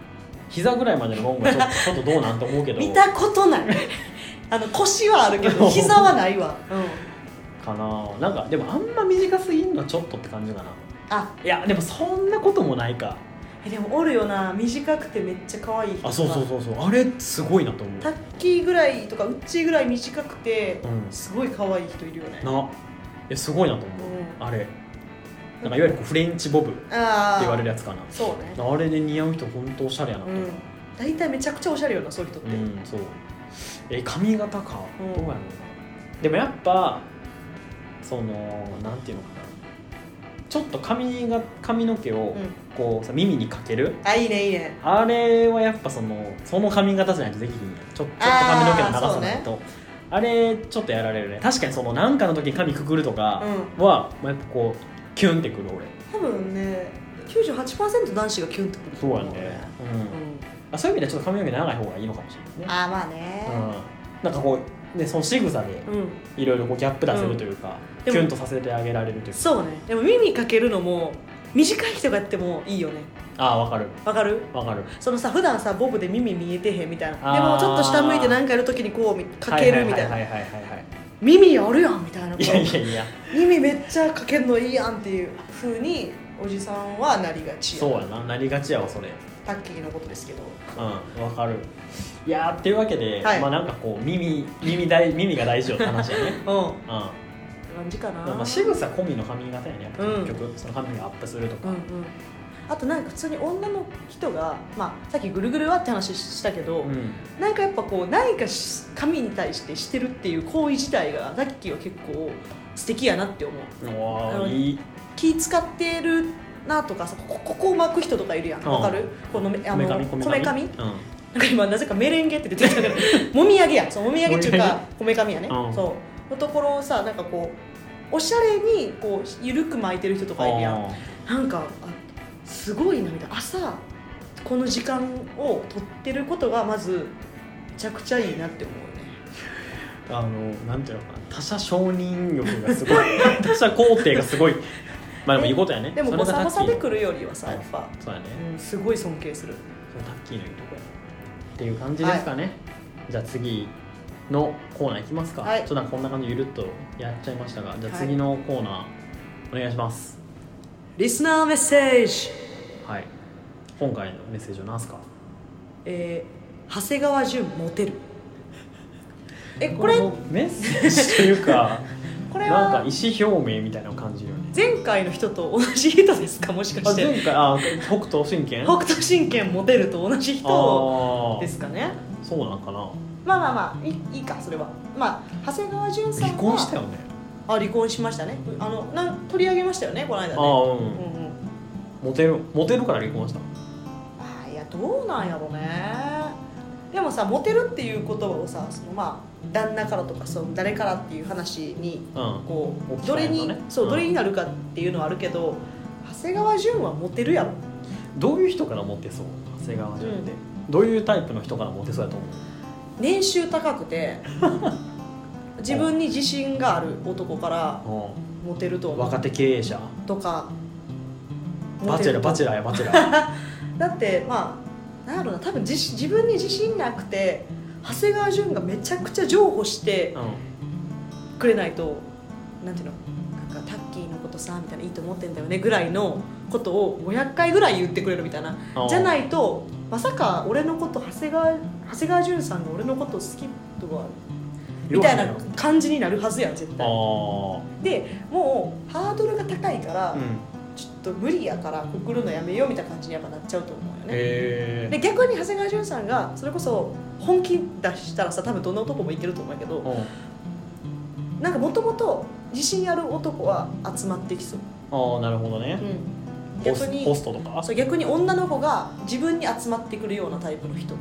Speaker 1: 膝ぐらいまでのロングはちょっと ちょっとどうなんと思うけど
Speaker 2: 見たことない あの腰はあるけど膝はないわ、 う
Speaker 1: か
Speaker 2: ん、
Speaker 1: ななんかでもあんま短すぎんのはちょっとって感じかな
Speaker 2: あ
Speaker 1: いやでもそんなこともないか
Speaker 2: えでもおるよな短くてめっちゃ可愛い人とか
Speaker 1: あそうそうそうそうあれすごいなと思う
Speaker 2: タッキーぐらいとかうっちーぐらい短くて
Speaker 1: うん
Speaker 2: すごい可愛い人いるよね
Speaker 1: ないやすごいなと思う、
Speaker 2: うん
Speaker 1: あれなんかいわゆるこうフレンチボブって
Speaker 2: ああ
Speaker 1: 言われるやつかな
Speaker 2: そうね
Speaker 1: あれで似合う人本当おしゃれやなと
Speaker 2: う
Speaker 1: 思うん
Speaker 2: 大体めちゃくちゃおしゃれよなそういう人って、
Speaker 1: うん、そうえ髪型か、
Speaker 2: うん
Speaker 1: どうやろうなでもやっぱそのなんていうのかなちょっと髪が髪の毛を
Speaker 2: うん
Speaker 1: こうさ耳にかける
Speaker 2: あいいねいいね
Speaker 1: あれはやっぱそのその髪型じゃないとできひんやんちょちょっと髪の毛の長さないとあ,、れちょっとやられるね確かにそのなんかの時に髪くくると
Speaker 2: う
Speaker 1: か
Speaker 2: ん
Speaker 1: は、まあやっぱこうキュンってくる俺
Speaker 2: 多分ね98%男子がキュンってくると
Speaker 1: そう
Speaker 2: 思
Speaker 1: や
Speaker 2: う
Speaker 1: ね、
Speaker 2: う
Speaker 1: うん
Speaker 2: ん
Speaker 1: あ、そういう意味ではちょっと髪の毛長い方がいいのかもしれないね
Speaker 2: ああまあね
Speaker 1: うん、なんかこうねその仕草で、
Speaker 2: うん
Speaker 1: いろいろこうギャップ出せるというか、
Speaker 2: うんでも
Speaker 1: キュンとさせてあげられるというか
Speaker 2: そうねでも耳かけるのも短い人がやってもいいよね
Speaker 1: ああわかる
Speaker 2: わかる
Speaker 1: わかる
Speaker 2: そのさ普段さボブで耳見えてへんみたいなで
Speaker 1: あ
Speaker 2: も
Speaker 1: ー
Speaker 2: ちょっと下向いて何かやるときにこうみかけるみたい
Speaker 1: は
Speaker 2: ない
Speaker 1: はいはいはいはいはい
Speaker 2: 耳あるやんみたいなこ
Speaker 1: いやいやいや
Speaker 2: う耳めっちゃかけんのいいやんっていうふうにおじさんはなりがち
Speaker 1: そうやななりがちやわそれ
Speaker 2: タッキーのことですけど
Speaker 1: うんわかるいやーっていうわけで、
Speaker 2: はい
Speaker 1: まあなんかこう耳耳大耳が大事よって話やね
Speaker 2: うん
Speaker 1: うんま
Speaker 2: 感じかな
Speaker 1: あまあ仕草込みの髪型やねやっぱ
Speaker 2: うん
Speaker 1: 結局、その髪がアップすると
Speaker 2: う
Speaker 1: か、
Speaker 2: んうんあとなんか普通に女の人が、まあ、さっきぐるぐるはって話したけど、
Speaker 1: うん
Speaker 2: なんかやっぱこう何かし髪に対してしてるっていう行為自体がタッキーは結構素敵やなって思う
Speaker 1: お
Speaker 2: あの
Speaker 1: ーいい
Speaker 2: 気使ってるなとかさここここを巻く人とかいるやん
Speaker 1: うん
Speaker 2: わかるこのめあの
Speaker 1: こめ
Speaker 2: こめか
Speaker 1: かみ
Speaker 2: み
Speaker 1: うん
Speaker 2: なんか今なぜかメレンゲって出てき たけどもみあげやそうもみあげっていうかこめかみやね、
Speaker 1: うん
Speaker 2: そうのところをさなんかこうおしゃれにこう緩く巻いてる人とかいるやん
Speaker 1: あ
Speaker 2: なんかあすごいなみたいな朝この時間を取ってることがまずめちゃくちゃいいなって思うね
Speaker 1: ーあのなんていうのかな他者承認欲がすごい 他者肯定がすごいまあでもいいことやね
Speaker 2: でも
Speaker 1: それ
Speaker 2: ボ
Speaker 1: が
Speaker 2: サボサ
Speaker 1: ラッキー
Speaker 2: で来るよりはさやっぱ、
Speaker 1: そうやね、
Speaker 2: うん、すごい尊敬する
Speaker 1: それタッキーのいいとこやっていう感じですかね、じゃあ次のコーナーいきますか、
Speaker 2: はい
Speaker 1: ちょっとなんかこんな感じでゆるっとやっちゃいましたがじゃあ
Speaker 2: はい
Speaker 1: 次のコーナーお願いします
Speaker 2: リスナーメッセージ、
Speaker 1: はい、今回のメッセージは何すか
Speaker 2: えー長谷川純モテるえこれ
Speaker 1: のメッセージというか
Speaker 2: これ
Speaker 1: なん
Speaker 2: は
Speaker 1: か意思表明みたいなのを感じるよね
Speaker 2: 前回の人と同じ人ですかもしか
Speaker 1: あ
Speaker 2: して
Speaker 1: 前回あ北斗神拳
Speaker 2: 北斗神拳モテると同じ人
Speaker 1: あ
Speaker 2: ですかね
Speaker 1: ーそうなんかな
Speaker 2: まあまあまあいいいいかそれはまあ長谷川純さんは
Speaker 1: 離婚したよね
Speaker 2: あ離婚しましたねあのなん取り上げましたよねこの間
Speaker 1: あ
Speaker 2: ね
Speaker 1: あうん、
Speaker 2: うんうん
Speaker 1: モテるモテるから離婚した
Speaker 2: あーいやどうなんやろねでもさモテるっていう言葉をさそのまあ旦那からとかそう誰からっていう話に
Speaker 1: うん
Speaker 2: こ
Speaker 1: 置
Speaker 2: う
Speaker 1: き換
Speaker 2: ど
Speaker 1: える
Speaker 2: れ
Speaker 1: と
Speaker 2: に、
Speaker 1: ね
Speaker 2: そううんどれになるかっていうのはあるけど、長谷川潤はモテるやろ
Speaker 1: どういう人からモテそう長谷川じゃなくて、どういうタイプの人からモテそうやと思う
Speaker 2: 年収高 くて自分に自信がある男からモテると思
Speaker 1: 若手経営者
Speaker 2: うとか
Speaker 1: バチェラーバチ
Speaker 2: ェ
Speaker 1: ェラーやバチェラー
Speaker 2: だってまあなんやろな多分自信自分に自信なくて長谷川潤がめちゃくちゃ譲歩して、
Speaker 1: う
Speaker 2: くれないとなんていうのなんかタッキーのことさみたいないいと思ってんだよねぐらいのことを500回ぐらい言ってくれるみたいなん じゃないいとまさか俺のこと長谷川長谷川潤さんが俺のこと好きとはみたいな
Speaker 1: あ
Speaker 2: 感じになるはずやん絶対
Speaker 1: あ
Speaker 2: でもうハードルが高いから、
Speaker 1: うん
Speaker 2: ちょっと無理やから告るのやめようみたいな感じにやっぱなっちゃうと思うよね
Speaker 1: へ
Speaker 2: で逆に長谷川潤さんがそれこそ本気出したらさ多分どんな男もいけると思うけど、
Speaker 1: ーうん
Speaker 2: なんかもともと自信ある男は集まってきそう、
Speaker 1: ああなるほどねホ
Speaker 2: 逆
Speaker 1: ス
Speaker 2: に
Speaker 1: ホストとか
Speaker 2: そう逆に女の子が自分に集まってくるようなタイプの人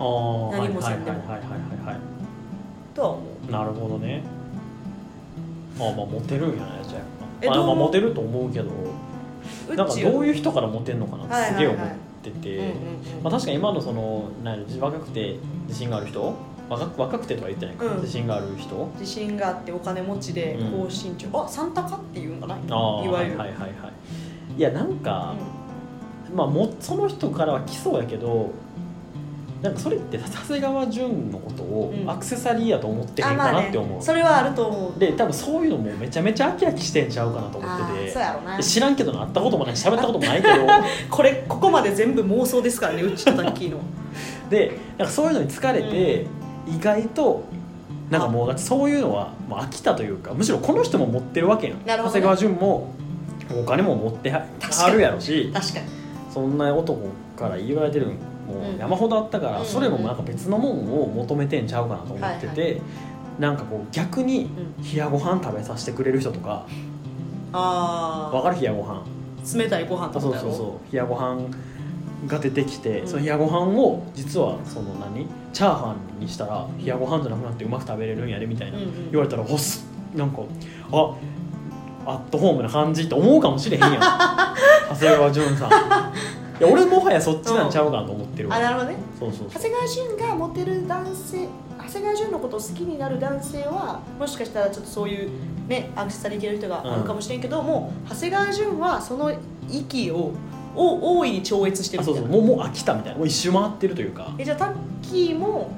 Speaker 1: ああはい
Speaker 2: 何も
Speaker 1: はい
Speaker 2: せ
Speaker 1: はい
Speaker 2: んでも
Speaker 1: はいはいは
Speaker 2: とは思う
Speaker 1: いなるほどねああまあモテるんやねじゃあ
Speaker 2: え
Speaker 1: まあ
Speaker 2: どう
Speaker 1: ま
Speaker 2: 思
Speaker 1: あ
Speaker 2: う
Speaker 1: モテると思うけど
Speaker 2: う
Speaker 1: なんかど
Speaker 2: う
Speaker 1: ういう人からモテるのかなってすげえ思ってて、
Speaker 2: うんうんうん
Speaker 1: まあ、確かに今のそのなんやろ若くて自信がある人若く若くてとは言ってないか、
Speaker 2: うん
Speaker 1: 自信がある人
Speaker 2: 自信があってお金持ちで
Speaker 1: うん
Speaker 2: 高身長、あサンタカっていうんかな
Speaker 1: ああ
Speaker 2: いわゆる、
Speaker 1: はいはいはいはいいやなんか、
Speaker 2: う
Speaker 1: まあ、もその人からは来そうやけどなんかそれって長谷川潤のことを
Speaker 2: うん
Speaker 1: アクセサリーやと思って
Speaker 2: ん
Speaker 1: へんかなって思う、
Speaker 2: それはあると思う
Speaker 1: で多分そういうのもめちゃめちゃ飽き飽きしてんちゃうかなと思
Speaker 2: あ
Speaker 1: って
Speaker 2: ー
Speaker 1: て
Speaker 2: そうやろな
Speaker 1: で知らんけどな会ったこともないし喋ったこともないけ ど
Speaker 2: これここまで全部妄想ですからねうちとタッキー の
Speaker 1: でなんかそういうのに疲れて、意外となんかもうだってそういうのはもう飽きたというかむしろこの人も持ってるわけやん、
Speaker 2: なるほどね
Speaker 1: 長谷川潤もお金も持っては
Speaker 2: 確かに
Speaker 1: あるやろし
Speaker 2: 確かに
Speaker 1: そんな男から言われてるのも
Speaker 2: うん
Speaker 1: う山ほどあったから、
Speaker 2: うん
Speaker 1: それもなんか別のもんを求めてんちゃうかなと思ってて、
Speaker 2: は
Speaker 1: なんかこう逆に
Speaker 2: う
Speaker 1: 冷やご飯食べさせてくれる人とかわ
Speaker 2: あ
Speaker 1: かる冷やご飯
Speaker 2: あ冷たいご飯
Speaker 1: あ
Speaker 2: とか
Speaker 1: そう
Speaker 2: だ
Speaker 1: そう
Speaker 2: ろ
Speaker 1: そう冷やご飯が出てきて、
Speaker 2: うん
Speaker 1: その冷やご飯を実はその何チャーハンにしたら冷やご飯じゃなくなってうまく食べれるんやでみたいな、
Speaker 2: うんうん
Speaker 1: 言われたらほっすなんかあアットホームな感じって思うかもしれへ んやん長谷川潤さんいや俺もはやそっちなんちゃうかなと思ってるわ、
Speaker 2: あなるほどね
Speaker 1: そうそう
Speaker 2: 長
Speaker 1: そう
Speaker 2: 谷川潤がモテる男性長谷川潤のことを好きになる男性はもしかしたらちょっとそういうねアクセサリー系の人があるかもしれんけど、もう長谷川潤はその域をを大いに超越して
Speaker 1: あ
Speaker 2: る
Speaker 1: そ
Speaker 2: み
Speaker 1: う
Speaker 2: た
Speaker 1: そ
Speaker 2: いうな
Speaker 1: もうもう飽きたみたいなもう一周回ってるというか
Speaker 2: えじゃあタッキーも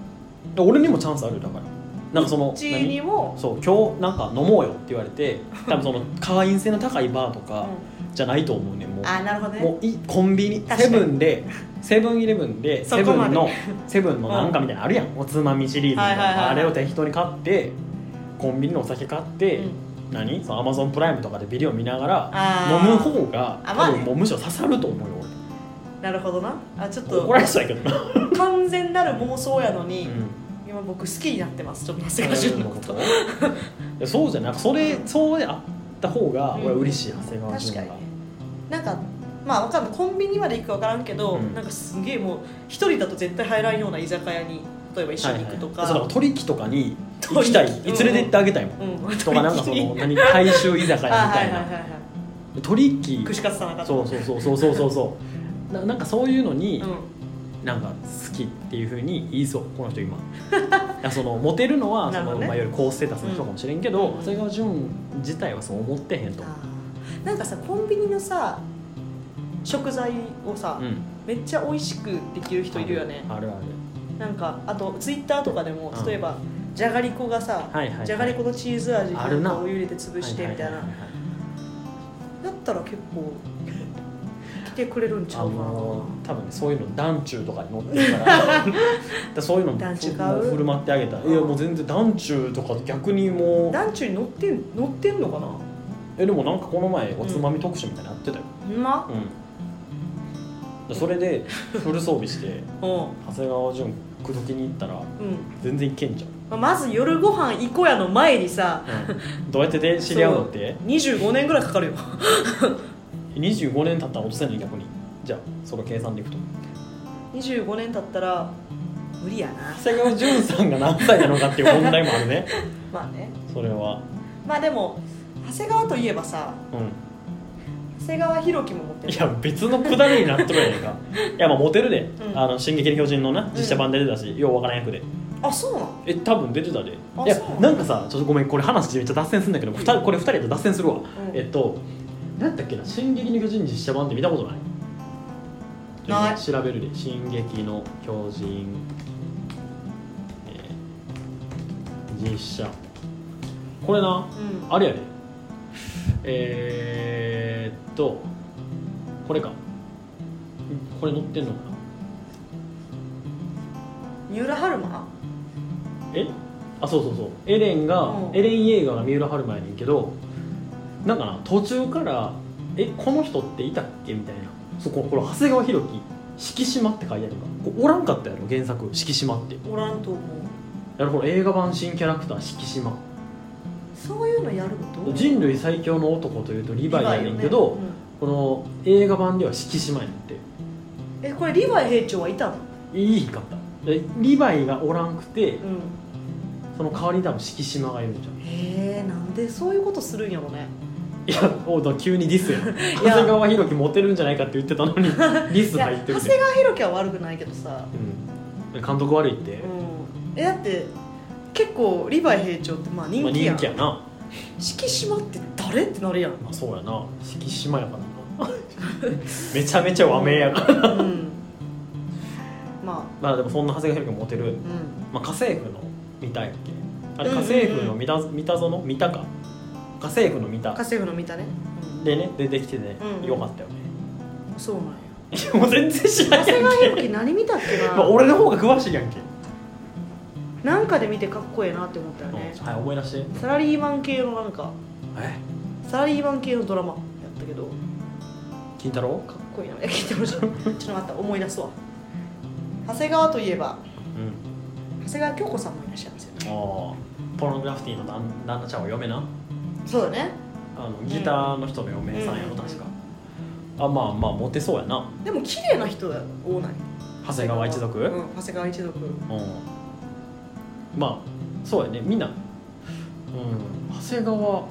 Speaker 1: 俺にもチャンスあるよだからなんかその
Speaker 2: チーにも
Speaker 1: 何、そう今日なんか飲もうよって言われて多分その会員性の高いバーとかじゃないと思うねんもう
Speaker 2: あなるほどね
Speaker 1: もういコンビニ
Speaker 2: 確か
Speaker 1: セ
Speaker 2: に
Speaker 1: ブンでセブンイレブンで
Speaker 2: そ
Speaker 1: セ
Speaker 2: こ
Speaker 1: ブ
Speaker 2: ま
Speaker 1: ン
Speaker 2: で
Speaker 1: のセブンのなんかみたいなのあるやんおつまみシリーズみたい
Speaker 2: はいはいはい
Speaker 1: なあれを適当に買ってコンビニのお酒買って、
Speaker 2: うん
Speaker 1: 何そのアマゾンプライムとかでビデオ見ながら
Speaker 2: あ
Speaker 1: 飲
Speaker 2: ー
Speaker 1: む方が
Speaker 2: あ
Speaker 1: 多
Speaker 2: まあね
Speaker 1: 分もうむしろ刺さると思うよ
Speaker 2: なるほどなあちょっ
Speaker 1: 俺
Speaker 2: と
Speaker 1: 怒られそうやけどな、
Speaker 2: 完全なる妄想やのに、
Speaker 1: うん
Speaker 2: 今僕好きになってますちょっと長谷川潤のこと
Speaker 1: いや そうじゃなくそれそうであった方が俺は嬉しい長谷川
Speaker 2: 確
Speaker 1: 潤
Speaker 2: か
Speaker 1: が、
Speaker 2: にねなんかまあわかんないコンビニまで行くか分からんけど、
Speaker 1: うん
Speaker 2: なんかすげえもう一人だと絶対入らんような居酒屋に例えば一緒に行くとか、
Speaker 1: はいはいそうだから取引とかに行きたい
Speaker 2: 取
Speaker 1: 連
Speaker 2: 引
Speaker 1: れて行ってあげたいもん、
Speaker 2: うん
Speaker 1: とかなんかその何大衆居酒屋み
Speaker 2: あは
Speaker 1: た
Speaker 2: い
Speaker 1: い
Speaker 2: はいはい
Speaker 1: な
Speaker 2: は
Speaker 1: 取
Speaker 2: い
Speaker 1: 引
Speaker 2: 串カツ田中
Speaker 1: そうそうそうそうそうそうそうななんかそういうのに、
Speaker 2: うん、
Speaker 1: なんか好きっていうふうに言いそうこの人 今いやそのモテるのはそ
Speaker 2: なるほ
Speaker 1: の
Speaker 2: どね
Speaker 1: まあいわゆる高ステータスの人かもしれんけど、
Speaker 2: うん
Speaker 1: 長谷川潤自体はそう思ってへんと思
Speaker 2: あーなんかさコンビニのさ食材をさ、
Speaker 1: う、うん、
Speaker 2: めっちゃ美味しくできる人いるよね
Speaker 1: あるある
Speaker 2: なんかあとツイッターとかでも
Speaker 1: うん
Speaker 2: 例えば、じゃがりこがさ、
Speaker 1: はいはいはい
Speaker 2: じゃがりこのチーズ味に
Speaker 1: あるな
Speaker 2: お湯入れて潰してみたい
Speaker 1: は
Speaker 2: な、
Speaker 1: ははは
Speaker 2: だったら結構来てくれるんちゃ
Speaker 1: あ
Speaker 2: うかな、
Speaker 1: のー多分ねそういうの団中とかに乗って るからでそういうのも
Speaker 2: 団中
Speaker 1: ふ
Speaker 2: 買う
Speaker 1: も振る舞ってあげたらいやもう全然団中とか逆にもう
Speaker 2: 団地に乗ってん乗ってんのかな
Speaker 1: えでもなんかこの前おつまみ特集みたいなのやってたよ、
Speaker 2: ほんま
Speaker 1: うんでそれでフル装備して
Speaker 2: うん
Speaker 1: 長谷川淳口説きに行ったら
Speaker 2: うん
Speaker 1: 全然いけんじ
Speaker 2: まあまず夜ご飯行こうやの前にさ
Speaker 1: ゃん、どうやってで知り合うのって
Speaker 2: 25年ぐらいかかるよ
Speaker 1: 25年経ったら落とせない逆にじゃあその計算でいくと
Speaker 2: 25年経ったら無理やな
Speaker 1: 長谷川淳さんが何歳なのかっていう問題もあるね
Speaker 2: まあね
Speaker 1: それは
Speaker 2: まあでも長谷川といえばさ
Speaker 1: うん
Speaker 2: 長谷川博己も持って
Speaker 1: い
Speaker 2: る
Speaker 1: や別のくだりになっとるやないかいやまあモテるで、
Speaker 2: うん
Speaker 1: あの「進撃の巨人」のな実写版で出てたし、ようわからん役で
Speaker 2: あそうなの
Speaker 1: え多分出てたで
Speaker 2: あ
Speaker 1: いや
Speaker 2: そうなの
Speaker 1: なんかさちょっとごめんこれ話めっちゃ脱線するんだけど、二人これ2人と脱線するわ、
Speaker 2: ん
Speaker 1: えっとなんだっけな「進撃の巨人」実写版って見たことない
Speaker 2: ない
Speaker 1: 調べるで「進撃の巨人」えー実写これな
Speaker 2: うん
Speaker 1: あれやねえー、っとこれかこれ乗ってんのかな
Speaker 2: 三浦春馬
Speaker 1: えあそうそうそうエレンが、
Speaker 2: うん
Speaker 1: エレン・イェーガーが三浦春馬やねんけどなんかな途中から「えこの人っていたっけ?」みたいなそここれ長谷川博己敷島って書いてあるからこおらんかったやろ原作敷島って
Speaker 2: おらんと思う
Speaker 1: やろこれ映画版新キャラクター敷島
Speaker 2: そういうのやるのどう
Speaker 1: 人類最強の男というとリヴァイやねんけ
Speaker 2: リヴァ
Speaker 1: ど、
Speaker 2: イよね
Speaker 1: この映画版では敷島やねんって
Speaker 2: うんえこれリヴァイ兵長はいたの
Speaker 1: いい方でリヴァイがおらんくて
Speaker 2: うん
Speaker 1: その代わりに多分敷島がいるんじゃん
Speaker 2: へえなんでそういうことするんやろね
Speaker 1: いやおうだから急にディスやん
Speaker 2: や
Speaker 1: 長谷川博己モテるんじゃないかって言って たのにディス
Speaker 2: いや
Speaker 1: 入って
Speaker 2: 長
Speaker 1: る
Speaker 2: 谷
Speaker 1: で、
Speaker 2: 川博己は悪くないけどさ
Speaker 1: うん、監督悪いって、
Speaker 2: うんえだって結構リヴァイ兵長ってまあ人
Speaker 1: まあ、
Speaker 2: 気や
Speaker 1: 人
Speaker 2: ん、
Speaker 1: 気やな、
Speaker 2: 敷島って誰ってなるやん、
Speaker 1: まあ、そうやな敷島やからなめちゃめちゃ和名や から
Speaker 2: うん、ま
Speaker 1: まあでもそんな長谷川博己モテる
Speaker 2: あ、うん、
Speaker 1: まあ、家政婦の見たやっけあれ
Speaker 2: う
Speaker 1: 家
Speaker 2: んうんうん
Speaker 1: 政婦の見た,、見たぞの見たか家政婦の見た
Speaker 2: 家政婦の見たね、うん
Speaker 1: でね出てきてね、
Speaker 2: うんうん
Speaker 1: よかったよね
Speaker 2: そうなんや
Speaker 1: もう全然知ら
Speaker 2: 長
Speaker 1: ん や
Speaker 2: 谷
Speaker 1: ん
Speaker 2: 川
Speaker 1: け
Speaker 2: 博己何見たっけ な、
Speaker 1: まあ、俺の方が詳しいやんけ、
Speaker 2: なんかで見てかっこええなって思ったよね、
Speaker 1: はい思い出して
Speaker 2: サラリーマン系のなんか
Speaker 1: え
Speaker 2: サラリーマン系のドラマやったけどか
Speaker 1: 金太郎
Speaker 2: っこいいなえ聞いてもらったちょっと待った思い出すわ長谷川といえば
Speaker 1: うん
Speaker 2: 長谷川京子さんもいらっしゃいますよね
Speaker 1: ああポログラフィティの旦旦那ちゃんは嫁な
Speaker 2: そうだね
Speaker 1: あのギターの人の嫁さんやろ、
Speaker 2: うん
Speaker 1: 確かあまあまあモテそうやな
Speaker 2: でも綺麗な人だ多ない
Speaker 1: 長谷川一族う
Speaker 2: うん
Speaker 1: ん、
Speaker 2: 長谷川一族
Speaker 1: まあそうやねみんなうん長谷川他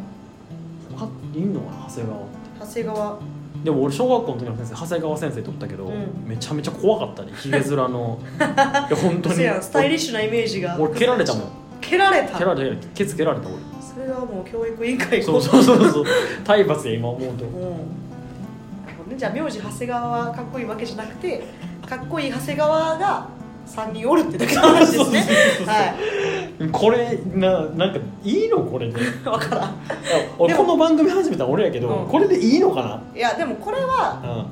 Speaker 1: いんのかな長谷川って
Speaker 2: 長谷川
Speaker 1: でも俺小学校の時の先生長谷川先生とったけど、
Speaker 2: うん
Speaker 1: めちゃめちゃ怖かったねひげ面のいや本当に
Speaker 2: せやんスタイリッシュなイメージが
Speaker 1: 俺蹴られたもん
Speaker 2: 蹴られた
Speaker 1: 蹴られたケツ蹴られた俺
Speaker 2: それはもう教育委員会
Speaker 1: そうそうそう そう体罰や今思うと
Speaker 2: うんなるほどねじゃあ名字長谷川はかっこいいわけじゃなくてかっこいい長谷川が3人おるってだけの話ですね
Speaker 1: そうそうそうそう
Speaker 2: はい
Speaker 1: これななんかいいのこれで
Speaker 2: 分からん
Speaker 1: 俺
Speaker 2: でも
Speaker 1: この番組始めたの俺やけど、
Speaker 2: うん
Speaker 1: これでいいのか
Speaker 2: いやでもこれは
Speaker 1: な、うん、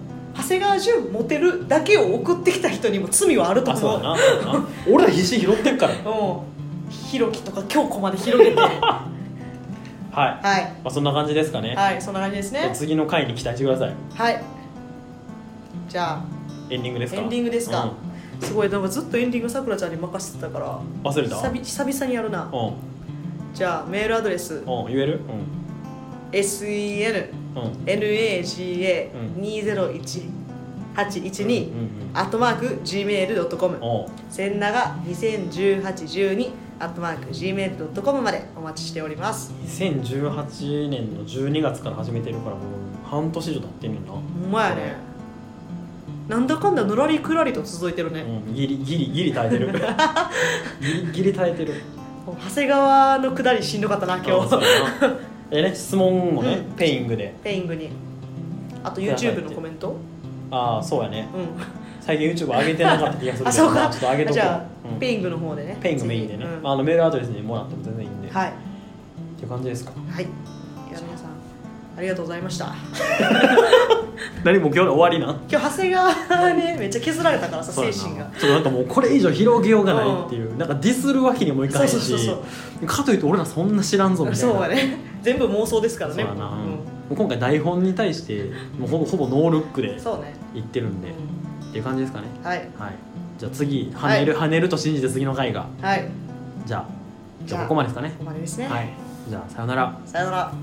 Speaker 2: 長谷川潤モテるだけを送ってきた人にも罪はあると
Speaker 1: あそう
Speaker 2: 思
Speaker 1: だ
Speaker 2: う
Speaker 1: なそうだな俺ら必死に拾ってるから
Speaker 2: うんひろきとか京子まで 広げては
Speaker 1: はい、ま
Speaker 2: い
Speaker 1: あ、そんな感じですかね、
Speaker 2: はいそんな感じですね
Speaker 1: 次の回に期待してください
Speaker 2: はいじゃあ
Speaker 1: エンディングですか
Speaker 2: エンディングですか
Speaker 1: うん
Speaker 2: すごいなんかずっとエンディングさくらちゃんに任せてたから
Speaker 1: 忘れた
Speaker 2: 久々久々にやるな
Speaker 1: う
Speaker 2: じゃあメールアドレス
Speaker 1: ん、うん、言える
Speaker 2: SEN
Speaker 1: うんうん、う
Speaker 2: nagaga201812
Speaker 1: ん
Speaker 2: アットマーク gmail.com
Speaker 1: うん、おう
Speaker 2: センナが201812アットマーク gmail.com までお待ちしております
Speaker 1: 2018年の12月から始めてるからもう半年以上経ってんねんな、
Speaker 2: ほんまやねなんだかんだぬらりくらりと続いてるね、
Speaker 1: うん、ギリギリギリ耐えてるギリギリ耐えてる
Speaker 2: 長谷川のくだりしんどかったな今
Speaker 1: あそう
Speaker 2: 日
Speaker 1: だな えね質問もね、
Speaker 2: うん
Speaker 1: ペイングで
Speaker 2: ペイングにあと YouTube のコメント
Speaker 1: ああそうやね
Speaker 2: うん
Speaker 1: 最近 YouTube 上げてなかった気がするけ
Speaker 2: あそ
Speaker 1: ど
Speaker 2: うか
Speaker 1: まあちょっと上げとこう
Speaker 2: じゃ
Speaker 1: うん
Speaker 2: ペイングの方でね
Speaker 1: ペイングメインでね、
Speaker 2: ぜひうん
Speaker 1: まあ、あのメールアドレスにもらっても全然いいんで、
Speaker 2: はい
Speaker 1: っていう感じですか
Speaker 2: はいいや皆さんありがとうございました
Speaker 1: 何もう今日で終わりなん
Speaker 2: 今日長谷川ねめっちゃ削られたからさ精神が
Speaker 1: そうやなちょっとなんかもうこれ以上広げようがないっていう、なんかディスるわけにもいかな
Speaker 2: そう
Speaker 1: い
Speaker 2: そう
Speaker 1: し
Speaker 2: そうそう
Speaker 1: かといって俺らそんな知らんぞみたいな
Speaker 2: そうだね全部妄想ですから
Speaker 1: そ
Speaker 2: ね
Speaker 1: うやな、
Speaker 2: うん
Speaker 1: もう今回台本に対してもうほぼほぼノールックで
Speaker 2: そうね、
Speaker 1: 言ってるんで、
Speaker 2: う
Speaker 1: っていう感じですかね
Speaker 2: んはい
Speaker 1: はいじゃあ次跳ねる、跳ねると信じて次の回が
Speaker 2: はいこ
Speaker 1: じゃあじゃあ
Speaker 2: じゃあ
Speaker 1: ここまでですかね
Speaker 2: こまでですね、
Speaker 1: はいじゃあさよなら
Speaker 2: さよなら